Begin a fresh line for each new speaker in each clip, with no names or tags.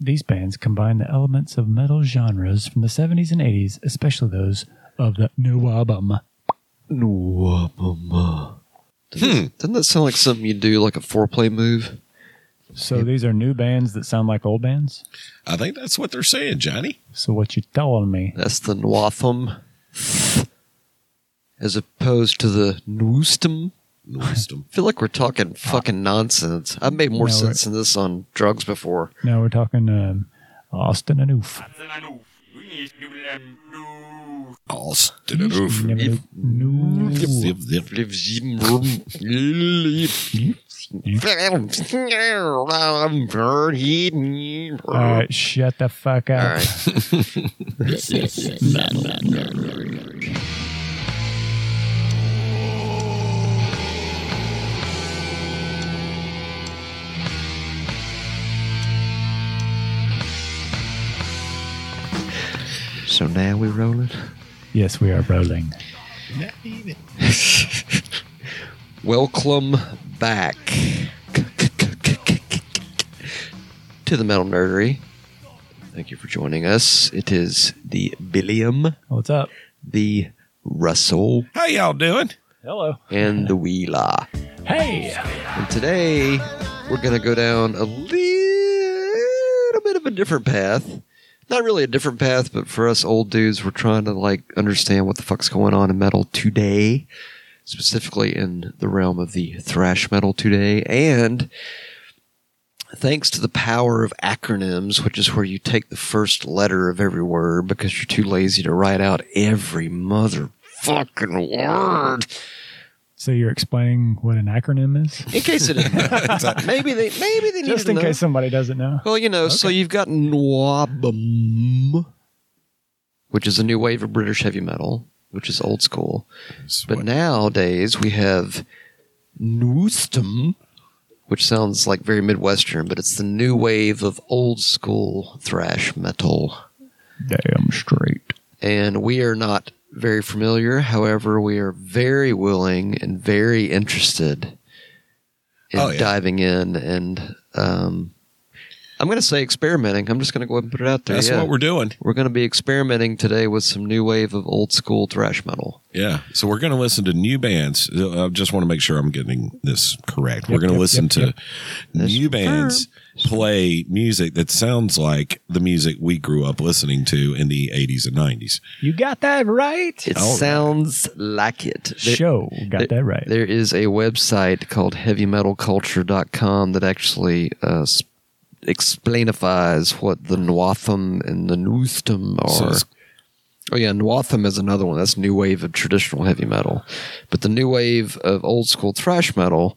These bands combine the elements of metal genres from the 70s and 80s, especially those of the new album.
Nwabama.
Hmm.
Doesn't, doesn't that sound like something you do like a foreplay move?
So these are new bands that sound like old bands?
I think that's what they're saying, Johnny.
So what you telling me?
That's the Nwatham. As opposed to the Nwustum.
Wisdom.
I feel like we're talking fucking nonsense. I've made more
Ah. No,
sense than this on drugs before.
Now we're talking um, Austin and Oof.
Austin and Oof.
Never knew-
Zip,
knew.
zip, zip.
All right, shut the fuck up.
All right. So now we're rolling.
Yes, we are rolling.
Welcome back to the Metal Nerdery. Thank you for joining us. It is the Billiam,
What's up?
the Russell,
How y'all doing?
Hello.
and the Wheelah.
Hey.
And today we're going to go down a little bit of a different path. Not really a different path, but for us old dudes, we're trying to like understand what the fuck's going on in metal today, specifically in the realm of the thrash metal today. And thanks to the power of acronyms, which is where you take the first letter of every word because you're too lazy to write out every motherfucking word.
So you're explaining what an acronym is?
In case it maybe they maybe they need
Just
to
in
know.
case somebody doesn't know.
Well, you know, so you've got Nwabam, which is a new wave of British heavy metal, which is old school. But nowadays we have Noostum, which sounds like very Midwestern, but it's the new wave of old school thrash metal.
Damn straight.
And we are not very familiar. However, we are very willing and very interested in
Oh, yeah.
diving in and um, I'm going to say experimenting. I'm just going to go ahead and put it out there.
That's
yeah.
what we're doing.
We're going to be experimenting today with some new wave of old school thrash metal.
Yeah. So we're going to listen to new bands. I just want to make sure I'm getting this correct. we're going to
yep,
listen
yep,
to
yep.
new bands play music that sounds like the music we grew up listening to in the 80s and 90s.
You got that right.
It
All right.
sounds like it. There-
Show got that right.
There is a website called heavymetalculture.com that actually uh, s- explainifies what the Nwatham and the Newstum
So
are.
it's-
oh, yeah, Nwatham is another one. That's new wave of traditional heavy metal. But the new wave of old school thrash metal,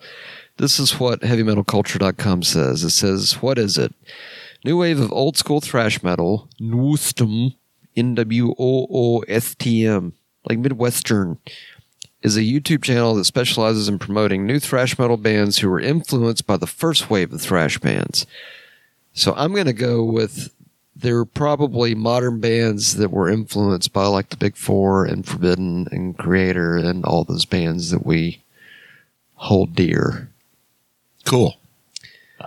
this is what heavymetalculture.com says. It says, what is it? New wave of old school thrash metal, Nwoostum, N W O O S T M, like Midwestern, is a YouTube channel that specializes in promoting new thrash metal bands who were influenced by the first wave of thrash bands. So I'm going to go with there are probably modern bands that were influenced by like the Big Four and Forbidden and Creator and all those bands that we hold dear.
Cool.
Oh,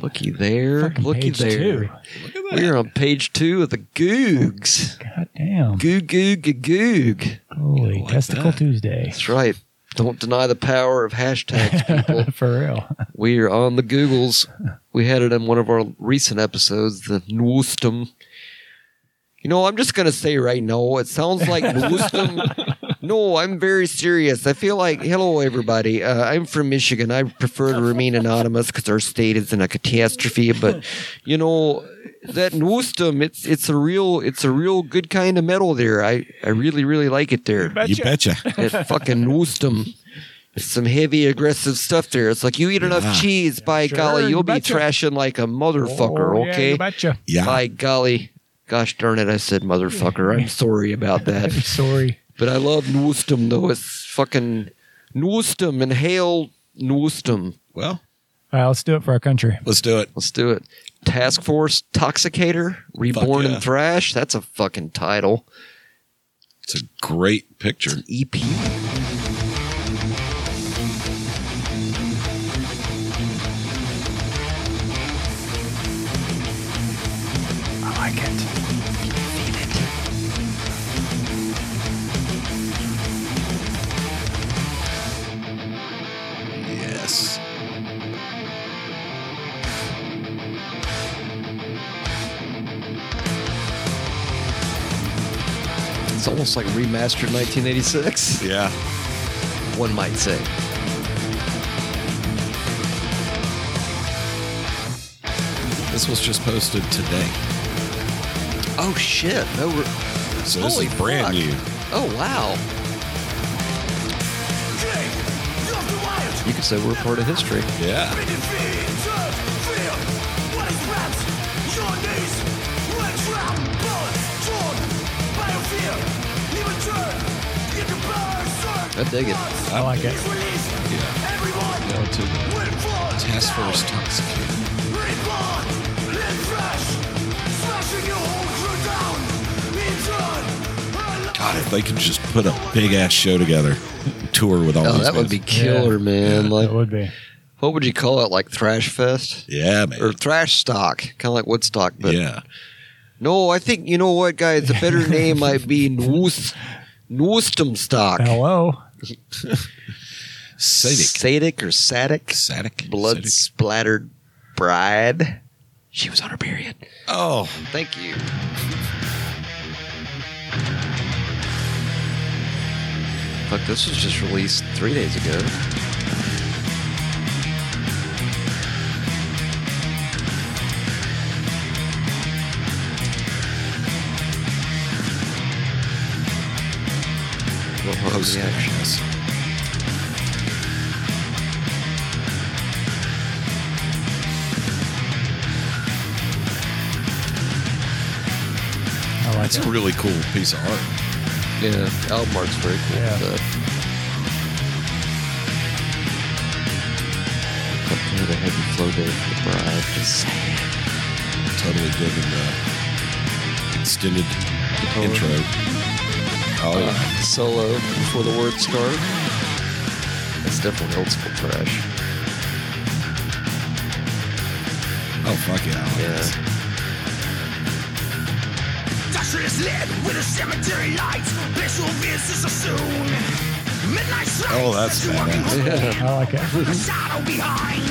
Looky there.
Fucking
Looky
page
there.
two.
Look at that.
We're on page two of the Googs.
God damn.
Goog, goog, goog, goog.
Holy
like
Testicle
that.
Tuesday.
That's right. Don't deny the power of hashtags, people.
For real.
we are on the Googles. We had it in one of our recent episodes, the Nwustum. You know, I'm just going to say right now, it sounds like Nwustum. No, I'm very serious. I feel like, hello, everybody. Uh, I'm from Michigan. I prefer to remain anonymous because our state is in a catastrophe. But, you know, that Nwustum, it's it's a real it's a real good kind of metal there. I, I really really like it there
You betcha.
at fucking Woostum. Some heavy aggressive stuff there. It's like you eat enough cheese, by
Sure,
golly,
you
you'll be
betcha.
trashing like a motherfucker,
Oh, yeah,
okay?
you betcha.
Yeah.
By golly. Gosh darn it, I said motherfucker. I'm sorry about that.
Sorry.
But I love Nwoostum though. It's fucking Nwoostum and hail Nwoostum.
Well,
All right, let's do it for our country.
let's do it.
Let's do it. Task Force Toxicator, Reborn
yeah.
and Thrash. That's a fucking title.
It's a great picture.
EP.
like it.
Yes. It's almost like remastered 1986,
Yeah.
one might say.
This was just posted today.
Oh shit! No, we're-
So this
Holy
is brand
fuck.
new.
Oh wow! You could say we're part of history.
Yeah.
I dig it.
I like it.
Yeah.
Everyone
Go to
will fall
Task
down.
Force Toxic.
Reborn, live fresh, smashing your whole crew down. In turn,
God, if they could just put a big ass show together, tour with all
Oh,
these
that would
guys.
be killer,
Yeah.
man!
That
Like,
would be.
what would you call it? Like Thrash Fest
Yeah, man.
or Thrash Stock? Kind of like Woodstock, but
yeah.
no, I think you know what, guys. The better name might be Nooth Stock.
Hello.
Sadic.
Sadic or Sadic.
Sadic.
Blood
Sadic.
splattered bride. She was on her period.
Oh,
Thank you. Fuck, this was just released three days ago. What part was the action?
yes.
I like
That's
it.
a really cool piece of art.
Yeah, album art's very cool.
Yeah.
Uh, Fucking had a heavy flow day for the bride. Just saying.
Totally digging the extended
Guitar.
intro. Oh, yeah.
Uh, solo before the word start. That's definitely old school trash.
oh fuck yeah. I like this.
Dusher is lit with a cemetery light. Visual vistas are soon. Midnight sun.
Oh, that's badass.
I like
A
it.
shadow behind.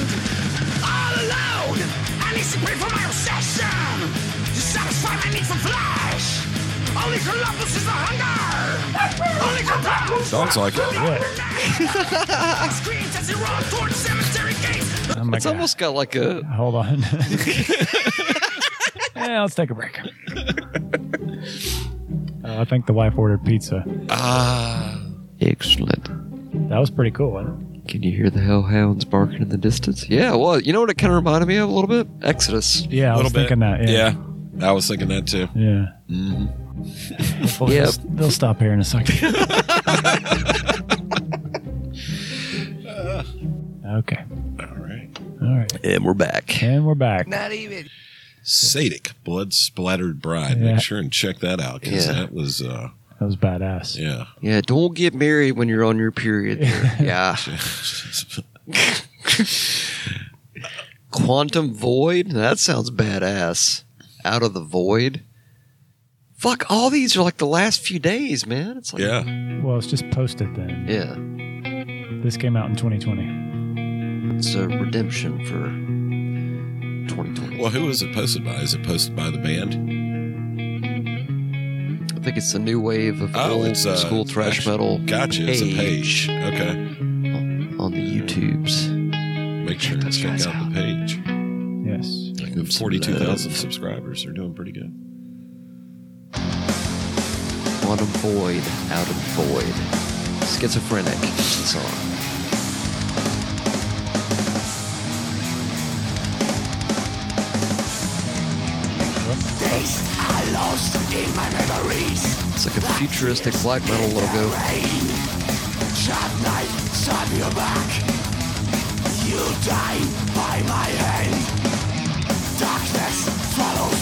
All alone. I need to pray for my obsession. To satisfy my need for flesh. Only Columbus is the hunger. Only Columbus.
Sounds like it.
What?
I screamed as he rolled toward cemetery gates.
Oh my
It's
God.
almost got like a
Hold on. yeah, let's take a break. Uh, I think the wife ordered pizza.
excellent.
That was pretty cool. Wasn't
Can you hear the hellhounds barking in the distance? Yeah, well, you know what it kind of reminded me of a little bit? Exodus.
it? Yeah, I was thinking that. Yeah.
I was thinking that too.
Yeah. Hopefully
Mm-hmm. Yeah.
they'll- They'll stop here in a second. okay.
All right.
All right.
And we're back.
And we're back.
Sadic, Blood Splattered Bride.
Yeah.
Make sure and check that out because
Yeah.
that was, uh,
That was badass.
yeah.
Yeah, don't get married when you're on your period. there. yeah. Quantum Void? That sounds badass. Out of the Void? Fuck, all these are like the last few days, man. It's like,
yeah.
Well, it's just posted then.
Yeah.
This came out in 2020.
It's a redemption for 2020.
Well, who is it posted by? Is it posted by the band?
I think it's the new wave of old
uh,
Oh, school thrash
actually-
metal
Gotcha. It's a page. Okay.
on the YouTubes.
Make sure and check out, the page.
Yes.
Give some
42,000 subscribers. They're doing pretty good.
Quantum Void, Out of Void. Schizophrenic song. It's like a futuristic black metal logo.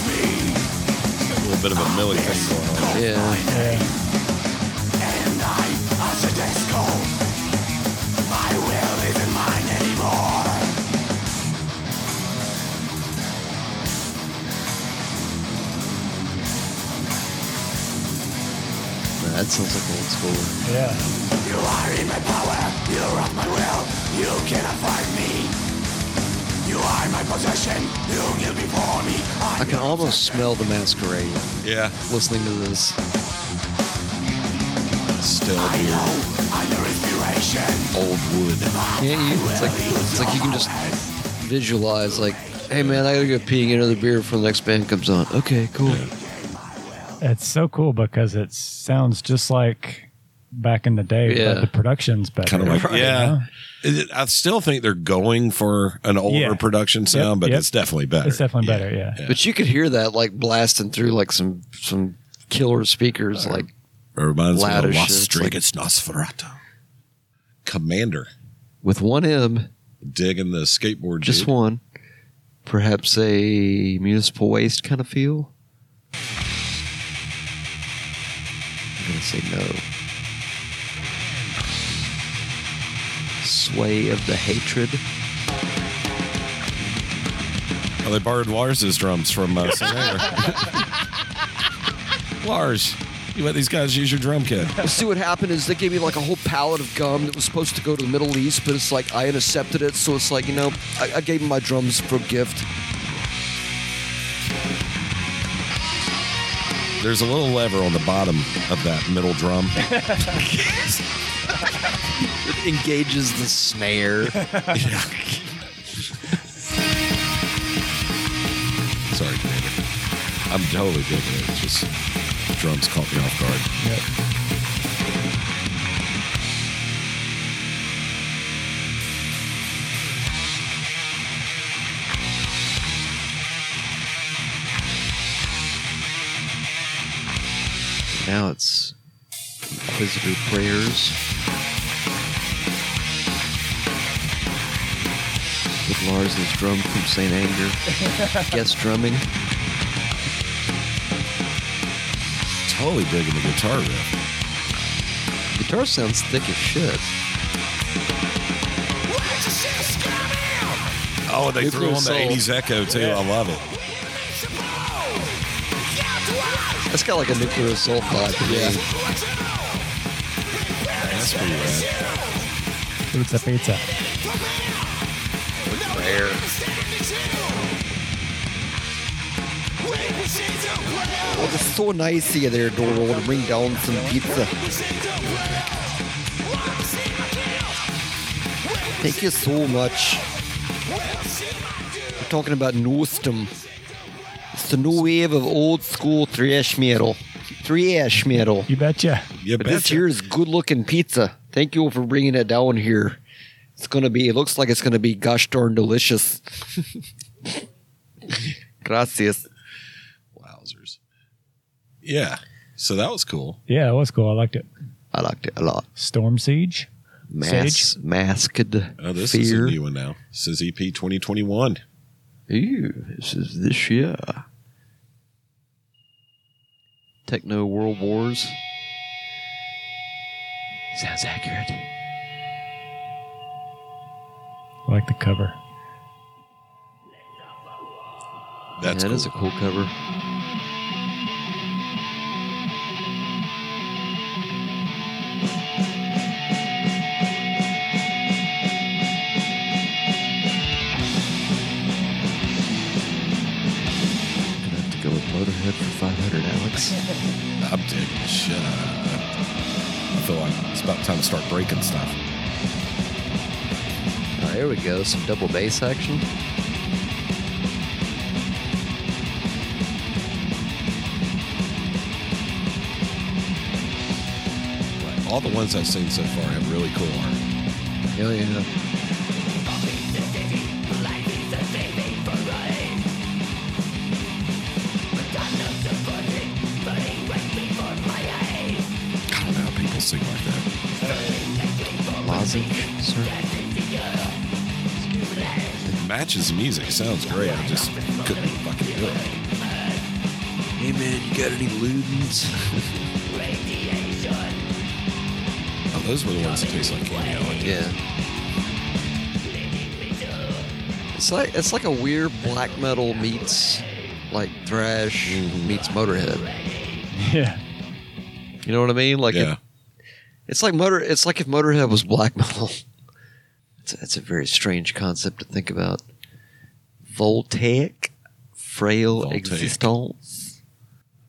A little bit of a Millie thing going on.
Yeah.
Yeah.
it sounds like old school.
Yeah.
You are in my power, you are my will, you cannot find me. You are my possession, you kneel before me.
I can almost smell the masquerade
Yeah.
listening to this.
Still
I
weird.
know, under inspiration.
Old wood.
Can't you? It's like it's like you can just visualize like, hey man, I gotta go pee and get another beer before the next band comes on. Okay, cool.
It's so cool because it sounds just like back in the day,
Yeah.
but the production's better.
Kind of like,
you
yeah.
know?
It- I still think they're going for an older
Yeah.
production sound, but
yep.
it's definitely better.
It's definitely
Yeah.
better, yeah.
But you could hear that like blasting through like some some killer speakers like
It reminds
Louder
me of
shit.
Las
It's
Vegas Nosferatu. Commander.
with one M,
Digging the skateboard.
just
dude.
one. Perhaps a municipal waste kind of feel. I'm gonna say no. Sway of the hatred.
Oh, they borrowed Lars's drums from uh, Solaire. Lars, you let these guys use your drum kit.
Well, see what happened is they gave me like a whole pallet of gum that was supposed to go to the Middle East, but it's like I intercepted it, so it's like you know I, I gave them my drums for a gift.
There's a little lever on the bottom of that middle drum.
It engages the snare.
Sorry, Commander. I'm totally digging it. It's just drums caught me off guard.
Yep.
Now it's Inquisitor Prayers. With Lars and his drum from St. Anger. Guest drumming.
Totally digging the guitar riff.
Guitar sounds thick as shit.
Oh, and they
Nuclear
threw on the
Soul.
80s echo, too. I love it.
That's got like a nuclear assault vibe to me.
That's pretty rad.
Pizza, pizza.
Well, it's so nice here there, Doro, to bring down some pizza. Thank you so much. We're talking about Nostrum. It's the new wave of old school thrash metal. Thrash metal.
You betcha.
You
But this
betcha.
year's good looking pizza. Thank you for bringing it down here. It's gonna be. It looks like it's gonna be gosh darn delicious. Gracias.
Wowzers. Yeah. So that was cool.
Yeah, it was cool. I liked it.
I liked it a lot.
Storm Siege.
Mas-
Sage?
masked
Oh, this is a
fear.
new one now. This is E EP 2021.
Ew, this is this year. Techno World Wars. Sounds accurate.
I like the cover.
That's
yeah,
cool.
That is a cool cover. Gonna have to go with Motorhead for 500, Alex.
I'm digging the shit out of it. I feel like it's about time to start breaking stuff.
Oh, there we go. Some double bass action.
All the ones I've seen so far have really cool art.
Hell yeah.
I don't know how people sing like that.
Lozenge, sir.
It matches the music. It sounds great. I just couldn't fucking do it.
Hey man, you got any ludens?
Oh, those were the ones that taste like candy. I liked it.
Yeah. It's like it's like a weird black metal
Mm-hmm.
meets like thrash meets Motorhead.
Yeah.
You know what I mean? Like
yeah.
it, it's like motor. It's like if Motorhead was black metal. It's a, it's a very strange concept to think about. Voltaic, frail
Voltaic.
existence,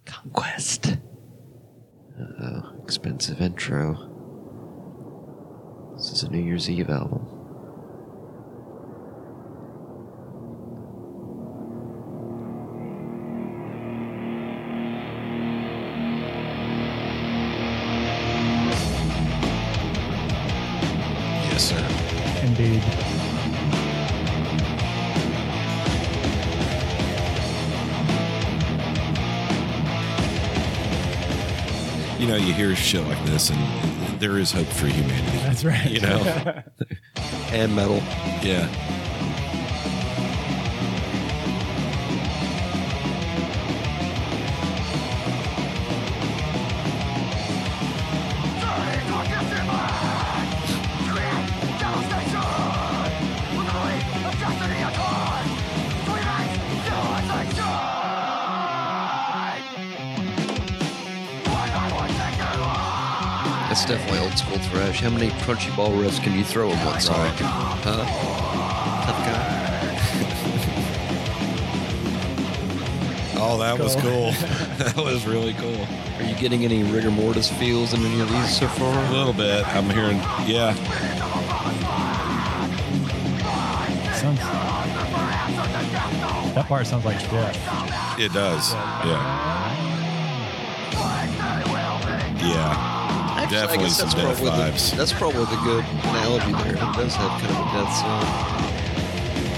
conquest. Uh-oh, expensive intro. This is a New Year's Eve album.
Yes, sir.
Indeed.
You know, you hear shit like this, and, and there is hope for humanity.
That's right.
You know,
And metal.
yeah.
That's definitely old school thrash. How many crunchy ball riffs can you throw in one song? Huh? Tough guy.
Oh, that was cool. that was really cool.
Are you getting any rigor mortis feels in any of these so
A
far?
little bit. I'm hearing, yeah.
Sounds, that part sounds like death.
It does. Yeah. Yeah.
Actually,
Definitely
I guess that's
some death
probably The,
vibes.
that's probably the good analogy there. It does have kind of a death sound.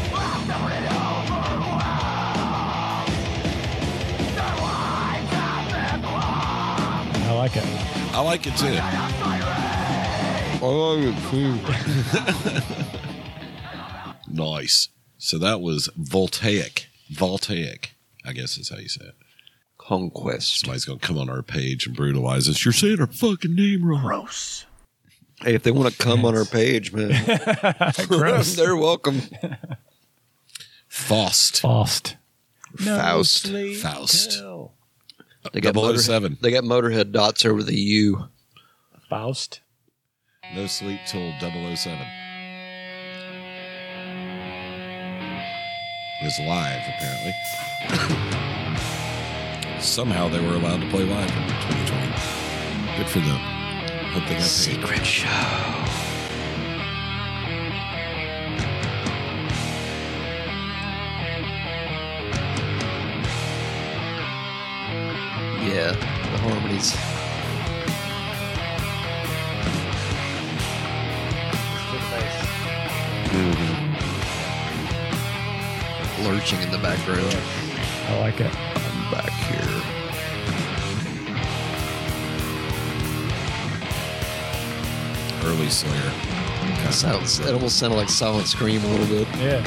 I like it.
I like it too.
Oh, cool.
Nice. So that was Voltaic. Voltaic, I guess is how you say it.
Conquest.
Somebody's going to come on our page and brutalize us. You're saying our fucking name wrong.
Hey, if they want to come on our page, man, they're welcome.
Faust.
Faust.
Faust.
Faust.
They got
007.
Motorhead, they got Motorhead dots over the U.
Faust.
No sleep till 007. Is live, apparently. Somehow they were allowed to play live in 2020. Good for them. Hope they got paid.
Secret show. Yeah, the harmonies. Mm-hmm. Lurching in the background.
I like it.
I'm back here.
Early Slayer.
That sounds. It almost sounded like Silent Scream a little bit.
Yeah.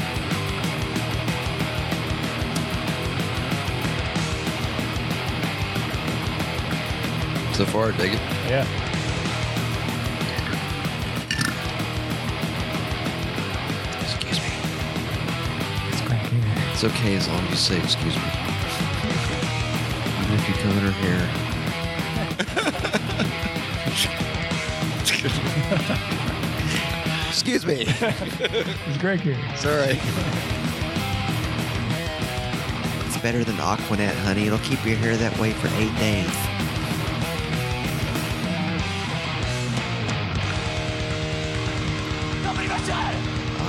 So far, I dig it.
Yeah.
Excuse me.
It's great. Yeah.
It's okay as long as you say excuse me. Even if you come in her hair. excuse me.
It's great here.
Sorry. It's better than Aquanet, honey. It'll keep your hair that way for eight days.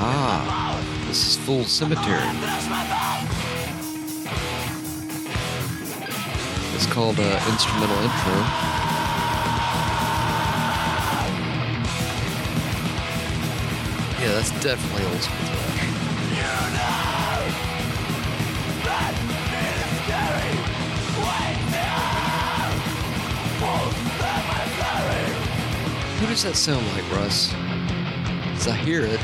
Ah, this is Fool's Cemetery. It's called uh, Instrumental Intro. Yeah, that's definitely old school thrash. Who does that sound like, Russ? 'Cause I hear it.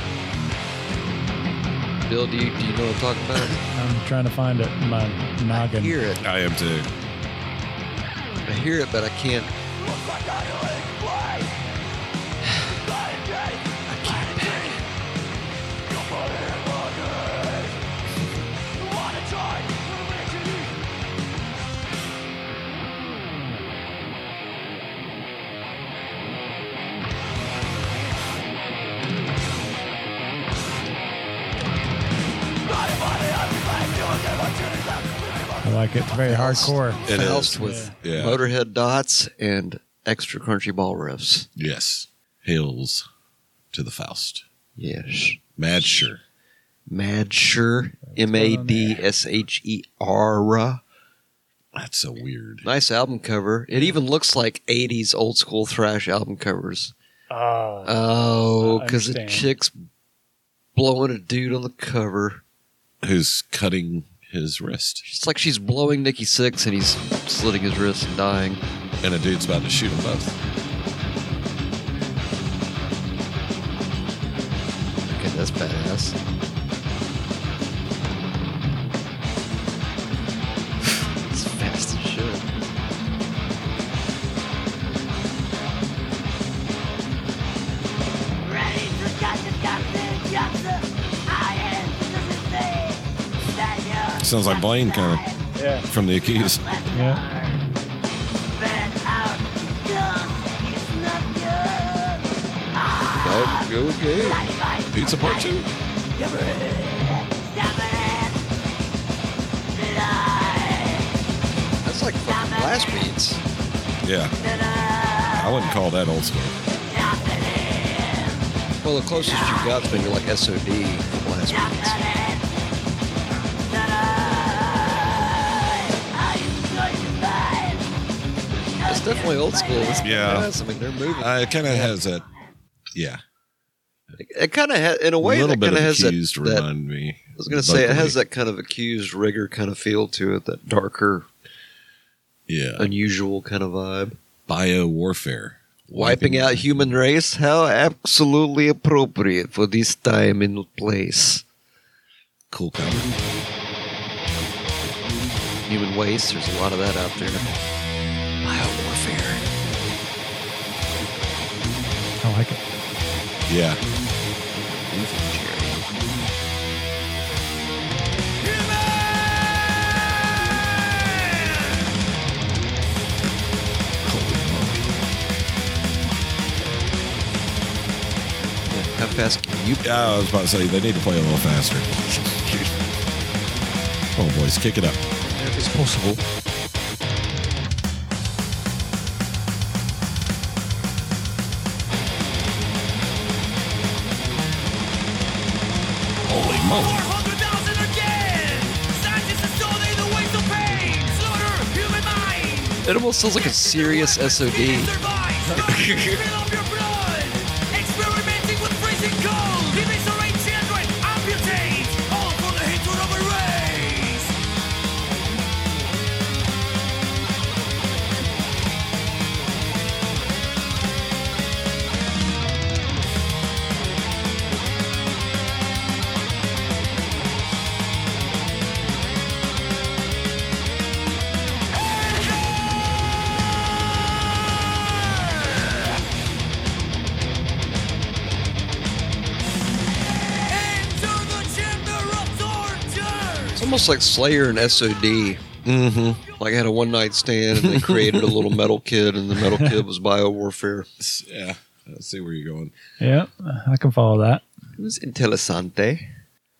Bill, do you, do you know what I'm talking about?
I'm trying to find it in my
I
noggin.
hear it.
I am too.
I hear it, but I can't.
I like it. It's very hardcore.
It
Housed
is.
with
Yeah.
Motorhead dots and extra crunchy ball riffs.
Yes. Hills to the Faust.
Yes.
Mad sure.
Madsher. M A D S H E R.
That's a weird.
Nice album cover. It even looks like 80s old school thrash album covers.
Uh,
Oh,
I
because the
understand.
chick's blowing a dude on the cover.
Who's cutting his wrist?
It's like she's blowing Nikki Six and he's slitting his wrist and dying.
And a dude's about to shoot them both.
Okay, that's badass. it's fast as shit.
Ready to cut the captain, Johnson. I am the mistake. That
Sounds like Blaine kind of
yeah.
from the accused.
Yeah.
Spread out, just, it's not good.
Oh, go again.
Bloody fight,
Pizza part two?
stop it. Blood,
That's like fucking blast beats.
Yeah. I wouldn't call that old school.
stop it,
Well, the closest you got has been like SOD for blast
stop
beats.
it. Blood, are you going to fight?
It's definitely old school. It's
Yeah.
badass. I mean, they're moving.
Uh, it kind of has that. Yeah.
it kind of has, in a way,
a little
that
bit
kind
of
of has that.
accused to
that-
remind me.
I was going to say it has that kind of accused rigor kind of feel to it, that darker,
Yeah.
unusual kind of vibe.
Bio warfare.
Wiping out human race? How absolutely appropriate for this time and place.
Cool cover.
Human waste, there's a lot of that out there. Biowarfare.
I like it.
Yeah.
Infantry. Yeah, How fast can you
Yeah, uh, I was about to say they need to play a little faster. Oh, boys, kick it up.
if it's possible?
Holy moly!
400,000 again! Scientists have stolen the waste of pain! Slaughter of human mind!
It almost sounds like a serious SOD. It's almost like Slayer and SOD.
Mm-hmm.
Like had a one night stand and they created a little metal kid, and the metal kid was biowarfare.
Yeah, I see where you're going.
Yeah, I can follow that.
It was interesante.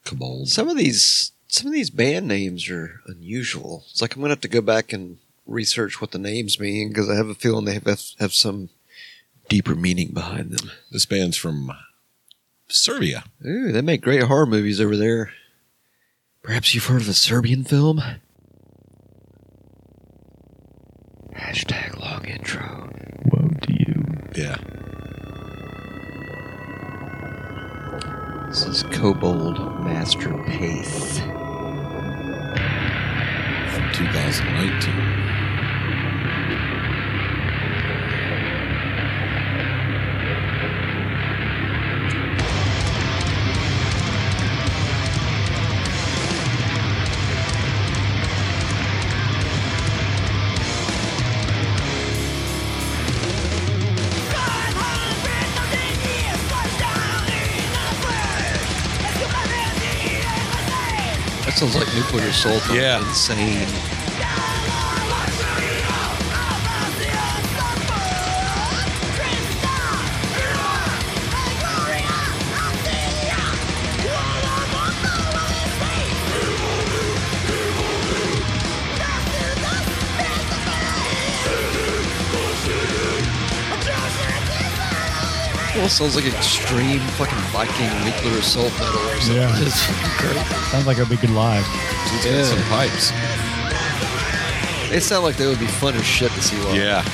Cabals.
Some of these some of these band names are unusual. It's like I'm gonna have to go back and research what the names mean because I have a feeling they have have some deeper meaning behind them.
This band's from Serbia.
Ooh, they make great horror movies over there. Perhaps you've heard of a Serbian film? Hashtag long intro.
Woe to you.
Yeah.
This is Kobold Masterpiece.
From 2019.
That sounds like Nuclear Assault.
Yeah.
Insane.
Stop
Well, sounds like extreme fucking Viking nuclear assault metal or something.
Yeah.
It's fucking great.
Sounds like it'd be good live.
He's
Yeah.
got some pipes.
They sound like they would be fun as shit to see live.
Yeah.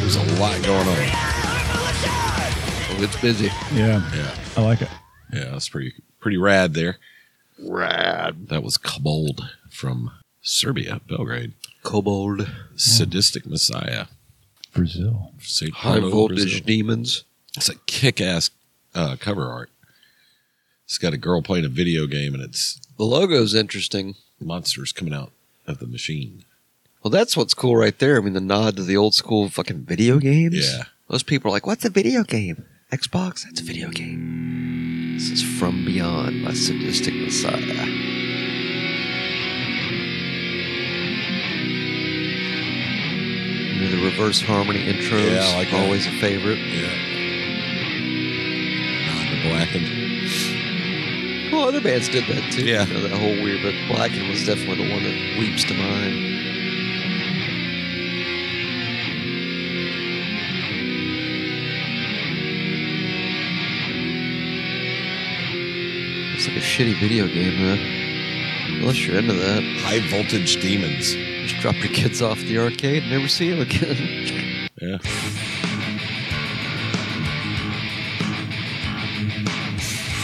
There's a lot going on.
Oh, it's busy.
Yeah,
Yeah.
I like it.
Yeah, that's pretty pretty rad there. Rad. That was Kobold from Serbia, Belgrade.
Kobold.
Sadistic Messiah.
Brazil.
St.
High
Paulo,
voltage
Brazil.
demons.
It's a kick ass uh, cover art. It's got a girl playing a video game and it's
The logo's interesting.
monsters coming out of the machine.
Well, that's what's cool right there. I mean, the nod to the old school fucking video games.
Yeah.
Most people are like, what's a video game? Xbox? That's a video game. This is From Beyond by Sadistic Messiah. You know, the reverse harmony intros,
Yeah, I like that.
always a favorite.
Yeah. Nod to Blackened.
Well, Oh, other bands did that too.
Yeah.
You know, that whole weird, but Blacken was definitely the one that leaps to mind. It's like a shitty video game, though. Unless you're into that,
High voltage demons.
just drop your kids off at the arcade and never see them again.
Yeah.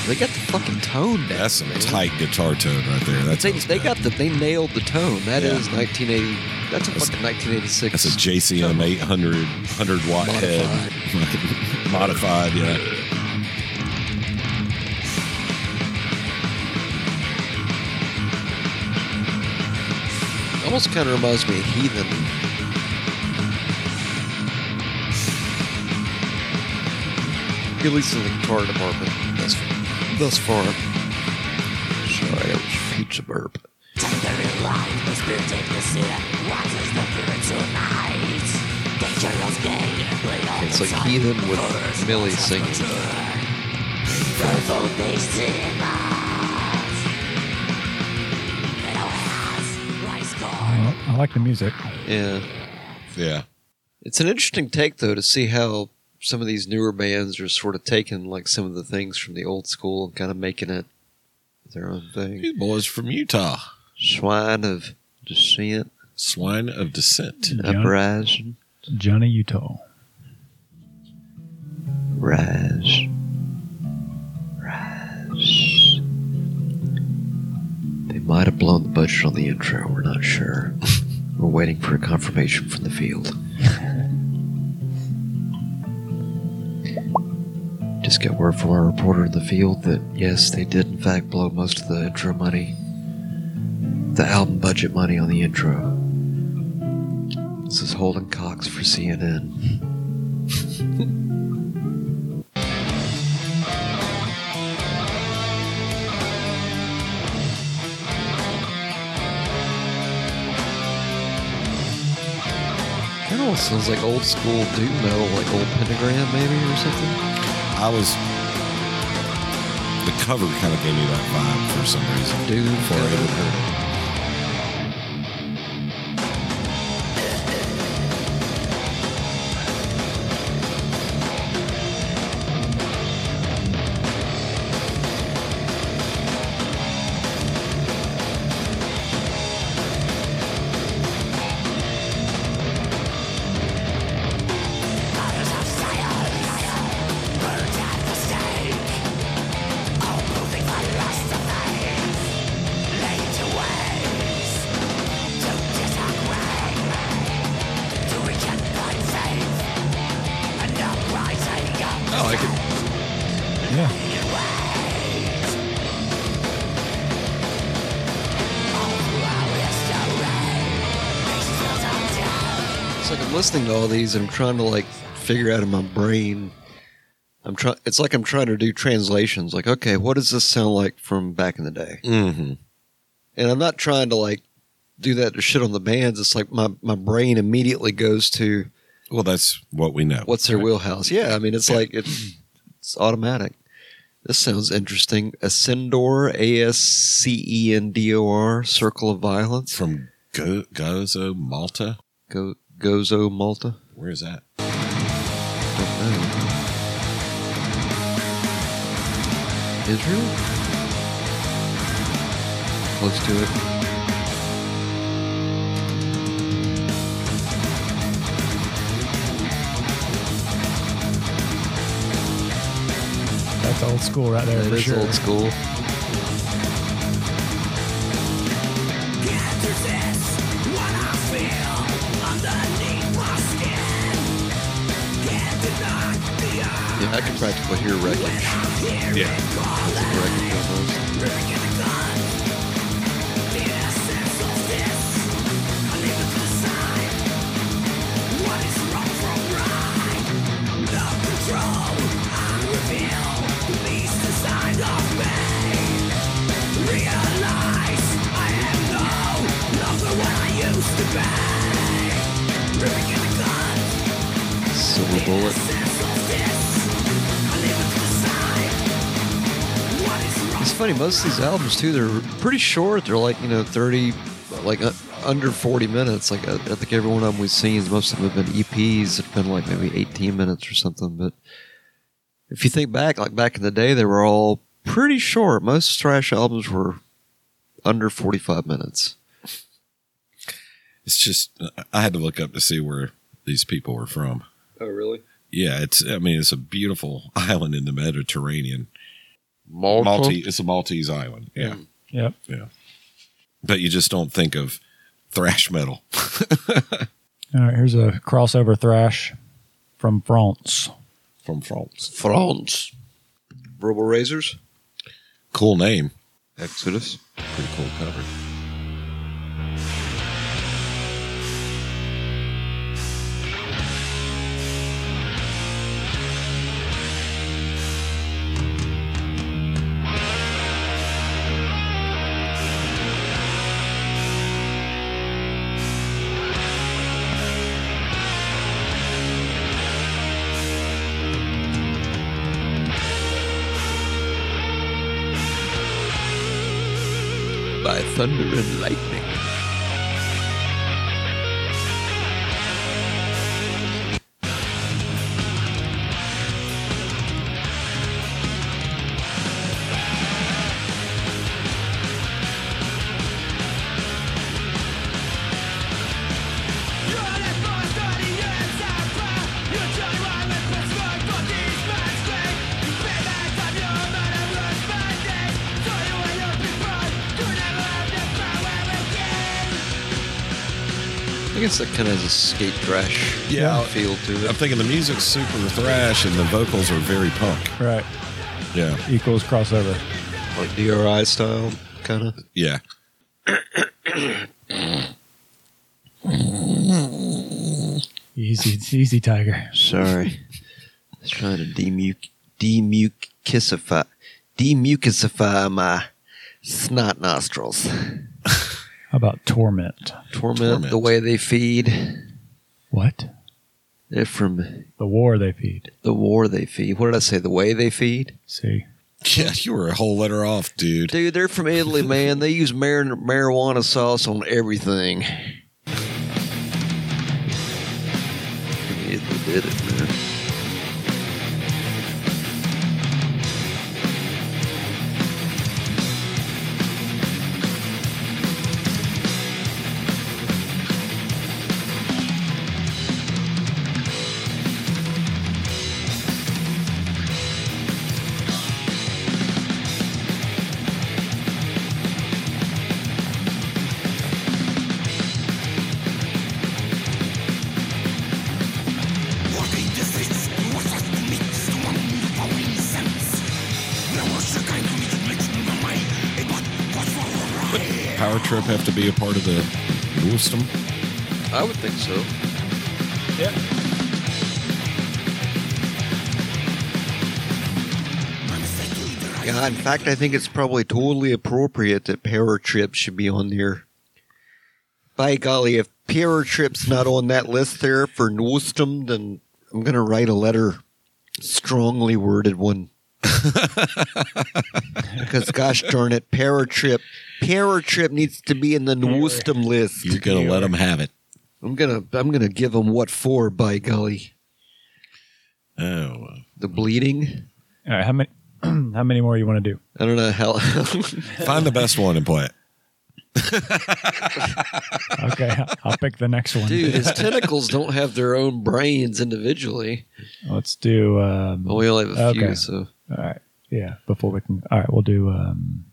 they got the fucking tone down.
That's some
man.
tight guitar tone right there. That's
They, they got the they nailed the tone. That
Yeah.
is 1980. That's a
That's-
fucking 1986.
That's a JCM 800 100 watt head. Modified, yeah.
Almost kind of reminds me of Heathen. At least in the guitar department, thus, thus far. Sorry, I was pizza burp.
Tendering light, the spirit of the sea, what is the fear tonight? Dangerous game, we all
It's like Heathen with Millie singing.
Fruitful beast in us. Metal has rice corn.
I, I like the music.
Yeah,
Yeah.
it's an interesting take though to see how some of these newer bands are sort of taking like some of the things from the old school and kind of making it their own thing.
These boys from Utah.
Swine of Descent,
Swine of Descent.
Johnny-
Uprising,
Johnny Utah.
Rise. They might have blown the budget on the intro. We're not sure. We're waiting for a confirmation from the field. Just got word from our reporter in the field that yes, they did in fact blow most of the intro money, the album budget money on the intro. This is Holden Cox for CNN. Kind of sounds like old school doom metal, like old pentagram maybe or something.
I was. The cover kind of gave me that vibe for some reason.
Dude,
For it. I like it.
Yeah.
It's like I'm listening to all these and I'm trying to like figure out in my brain. I'm trying. It's like I'm trying to do translations. Like, okay, what does this sound like from back in the day?
Mm-hmm.
And I'm not trying to like do that to shit on the bands. It's like my my brain immediately goes to
Well, that's what we know.
what's their wheelhouse. Yeah, I mean, it's like it's it's automatic. This sounds interesting. Ascendor, A S C E N D O R, Circle of Violence from
From Go- Gozo, Malta?
Go- Gozo Malta.
Where is that?
Don't know. Israel? Close to it.
That's old school right there
That
for
is
sure.
old school.
After this, what I feel underneath my skin. Can't deny the eye.
Yeah, I can practically hear wreckage.
Yeah.
Wreckage almost. Silver bullet. It's funny, most of these albums too, they're pretty short. They're like, you know, 30, like uh, under 40 minutes. Like, I, I think every one of them we've seen, most of them have been EPs. It's been like maybe 18 minutes or something. But if you think back, like back in the day, they were all pretty short. Most thrash albums were under 45 minutes.
It's just, I had to look up to see where these people were from.
Oh, really?
Yeah, it's, I mean, it's a beautiful island in the Mediterranean.
Malta?
Maltese, it's a Maltese island. Yeah.
Hmm.
Yep.
Yeah. But you just don't think of thrash metal.
All right, here's a crossover thrash from France.
from France.
France. Verbal Razors?
Cool name.
Exodus.
Pretty cool cover.
By Thunder and Lightning. I guess that kind of has a skate thrash
Yeah.
feel to
I'm
it.
thinking the music's super thrash and the vocals are very punk.
Right.
Yeah.
Equals crossover.
Like DRI style, kind of.
Yeah.
Easy, easy tiger.
Sorry. I was trying to demuc demucusify demucusify my snot nostrils.
How about torment?
Torment,
Torment.
the way they feed.
What?
They're from
The war they feed.
the war they feed. What did I say? The way they feed?
See.
Yeah, you were a whole letter off, dude.
Dude, they're from Italy, man. They use mar- marijuana sauce on everything. Italy did it, man.
Power Trip have to be a part of the Wolfstam.
I would think so.
Yeah.
Yeah, in fact, I think it's probably totally appropriate that Power Trip should be on there. By golly, if Power Trip's not on that list there for Nostrum, then I'm going to write a letter, strongly worded one, Because gosh darn it, Paratrip, Paratrip needs to be in the Nwustum list.
You're gonna let them have it.
I'm gonna, I'm gonna give him what for? By golly,
Oh,
the bleeding.
All right, how many? how many more you want to do?
I don't know how.
find the best one and play it.
Okay, I'll pick the next one.
Dude, his tentacles don't have their own brains individually.
Let's do. Um,
Well, we only have a few,
Okay.
so
All right. Yeah. Before we can. All right. We'll do. Um,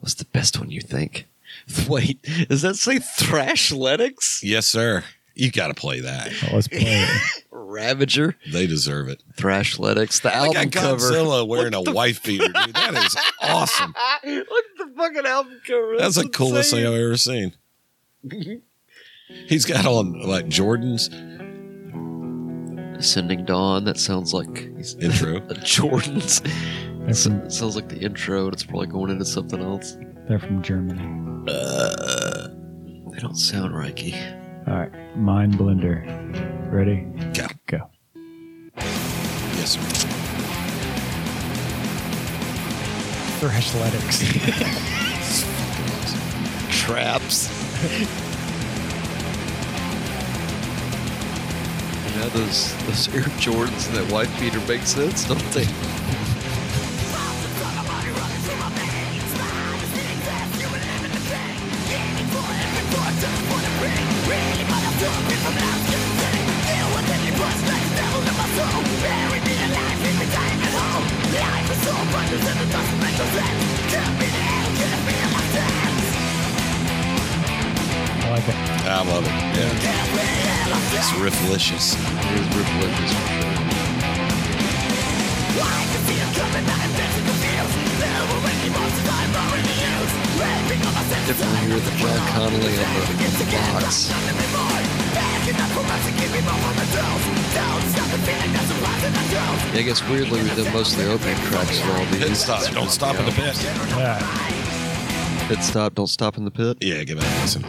what's the best one you think? Wait, does that say Thrashletics?
Yes, sir. You got to play that.
well, Oh, let's play. it.
Ravager?
They deserve it.
Thrashletics, the
I
album
got
cover.
Godzilla wearing a wife beater. Dude, that is awesome.
Look at the fucking album cover.
That's the
It's
coolest
insane.
thing I've ever seen. He's got on like Jordan's
Ascending Dawn, that sounds like
intro.
a Jordan's.
They're from,
It sounds like the intro, and it's probably going into something else.
they're from Germany.
They don't sound Reiki.
All right. Mind Blender. Ready?
Yeah.
Go.
Yes, sir.
Thrashletics.
Traps. yeah, those those Air Jordans and that white beater make sense, don't they?
I like it.
I love it. Yeah. It's rifflicious.
Here's Rip Williams for sure. Definitely hear the Brad Connolly on the, on the box. Yeah, I guess weirdly, the, most of the opening tracks are all
Pit
these.
stop. Don't stop in the pit.
Yeah.
Pit stop, don't stop in the pit.
Yeah, give it a listen.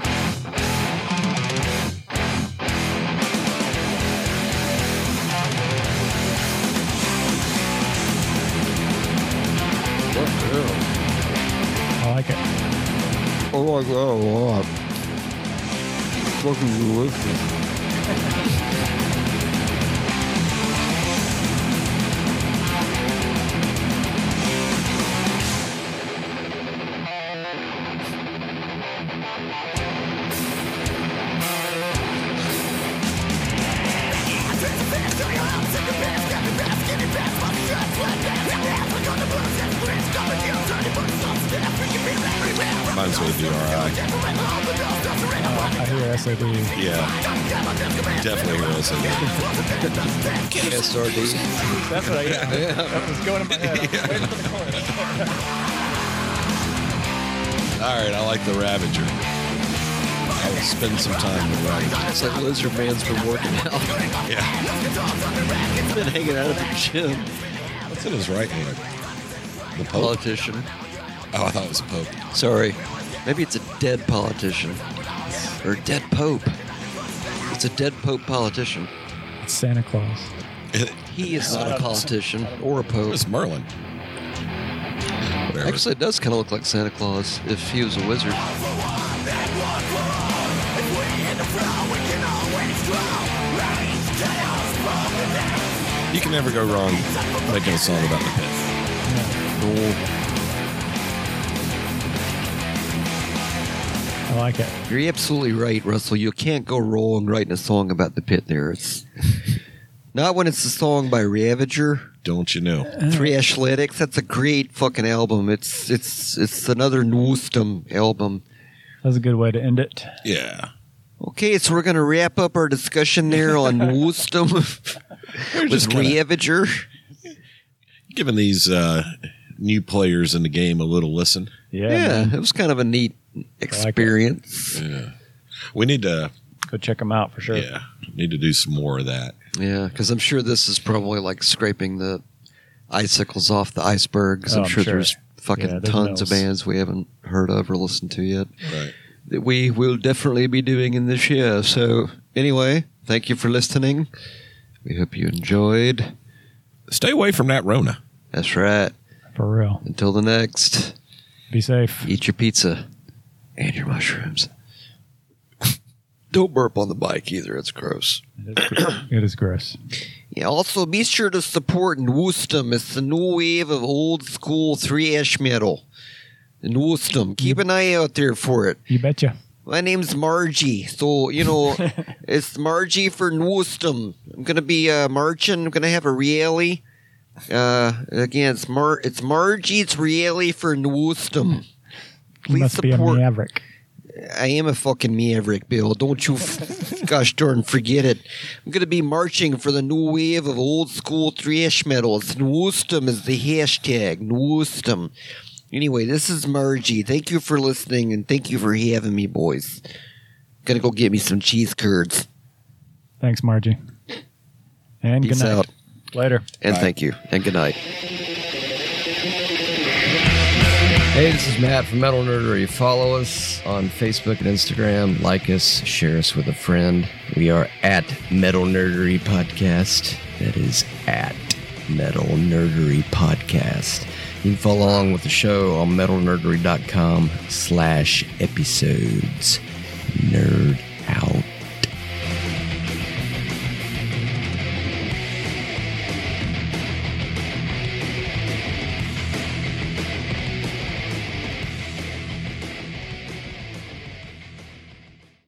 I like it.
Oh my god, oh, fucking delicious.
Mine's with DRI.
I hear SAB.
Yeah. Definitely hear us in there.
SRD.
That's what I get. That was going in my head.
All right, I like the Ravager. I will spend some time with Ravager.
It's like Lizard Man's been working out.
Yeah.
He's been hanging out at the gym.
What's in his right hand? The Pope?
Politician.
Oh, I thought it was a Pope.
Sorry. Maybe it's a dead politician. Or a dead pope. It's a dead pope politician.
It's Santa Claus.
It
He is not a politician or a pope.
was Merlin. Whatever.
Actually, it does kind of look like Santa Claus if he was a wizard.
You can never go wrong making a song about the pit.
I like it.
You're absolutely right, Russell. You can't go wrong writing a song about the pit there. It's not when it's a song by Ravager,
Don't you know?
Three Athletics. That's a great fucking album. It's it's it's another Nwustum album.
That was a good way to end it.
Yeah.
Okay, so we're gonna wrap up our discussion there on Nwustum with
just kinda-
Ravager.
Giving these uh, new players in the game a little listen.
Yeah.
Yeah,
man.
it was kind of a neat experience.
We need to,
Go check them out for sure.
yeah, need to do some more of that.
Yeah, because I'm sure this is probably like scraping the icicles off the iceberg. 'cause
Oh,
I'm
I'm
sure,
sure.
there's fucking
Yeah, there's
tons of
mills.
bands we haven't heard of or listened to yet
Right.
that we will definitely be doing in this year. So anyway, thank you for listening. We hope you enjoyed.
Stay away from that Rona.
That's right.
For real.
Until the next,
Be safe.
eat your pizza and your mushrooms. Don't burp on the bike either. It's gross.
it is gross.
Yeah, also be sure to support Nwustum. It's the new wave of old school thrash metal. Nwustum. Keep an eye out there for it.
You betcha.
My name's Margie, so you know it's Margie for Nwustum. I'm gonna be uh, marching. I'm gonna have a rally. Uh, again, it's Mar. It's Margie's rally for Nwustum.
You
Please
must be a
support.
maverick.
I am a fucking maverick, Bill. Don't you, f- gosh darn, forget it. I'm going to be marching for the new wave of old school thrash metal. It's Nwoostum is the hashtag. Nwoostum. Anyway, this is Margie. Thank you for listening and thank you for having me, boys. Gonna go get me some cheese curds.
Thanks, Margie. And
Peace
good night.
out.
Later.
And thank you. And good night. Hey, this is Matt from Metal Nerdery. Follow us on Facebook and Instagram. Like us, share us with a friend.
We are at Metal Nerdery Podcast. That is at Metal Nerdery Podcast. You can follow along with the show on metalnerdery.com slash episodes. Nerd out.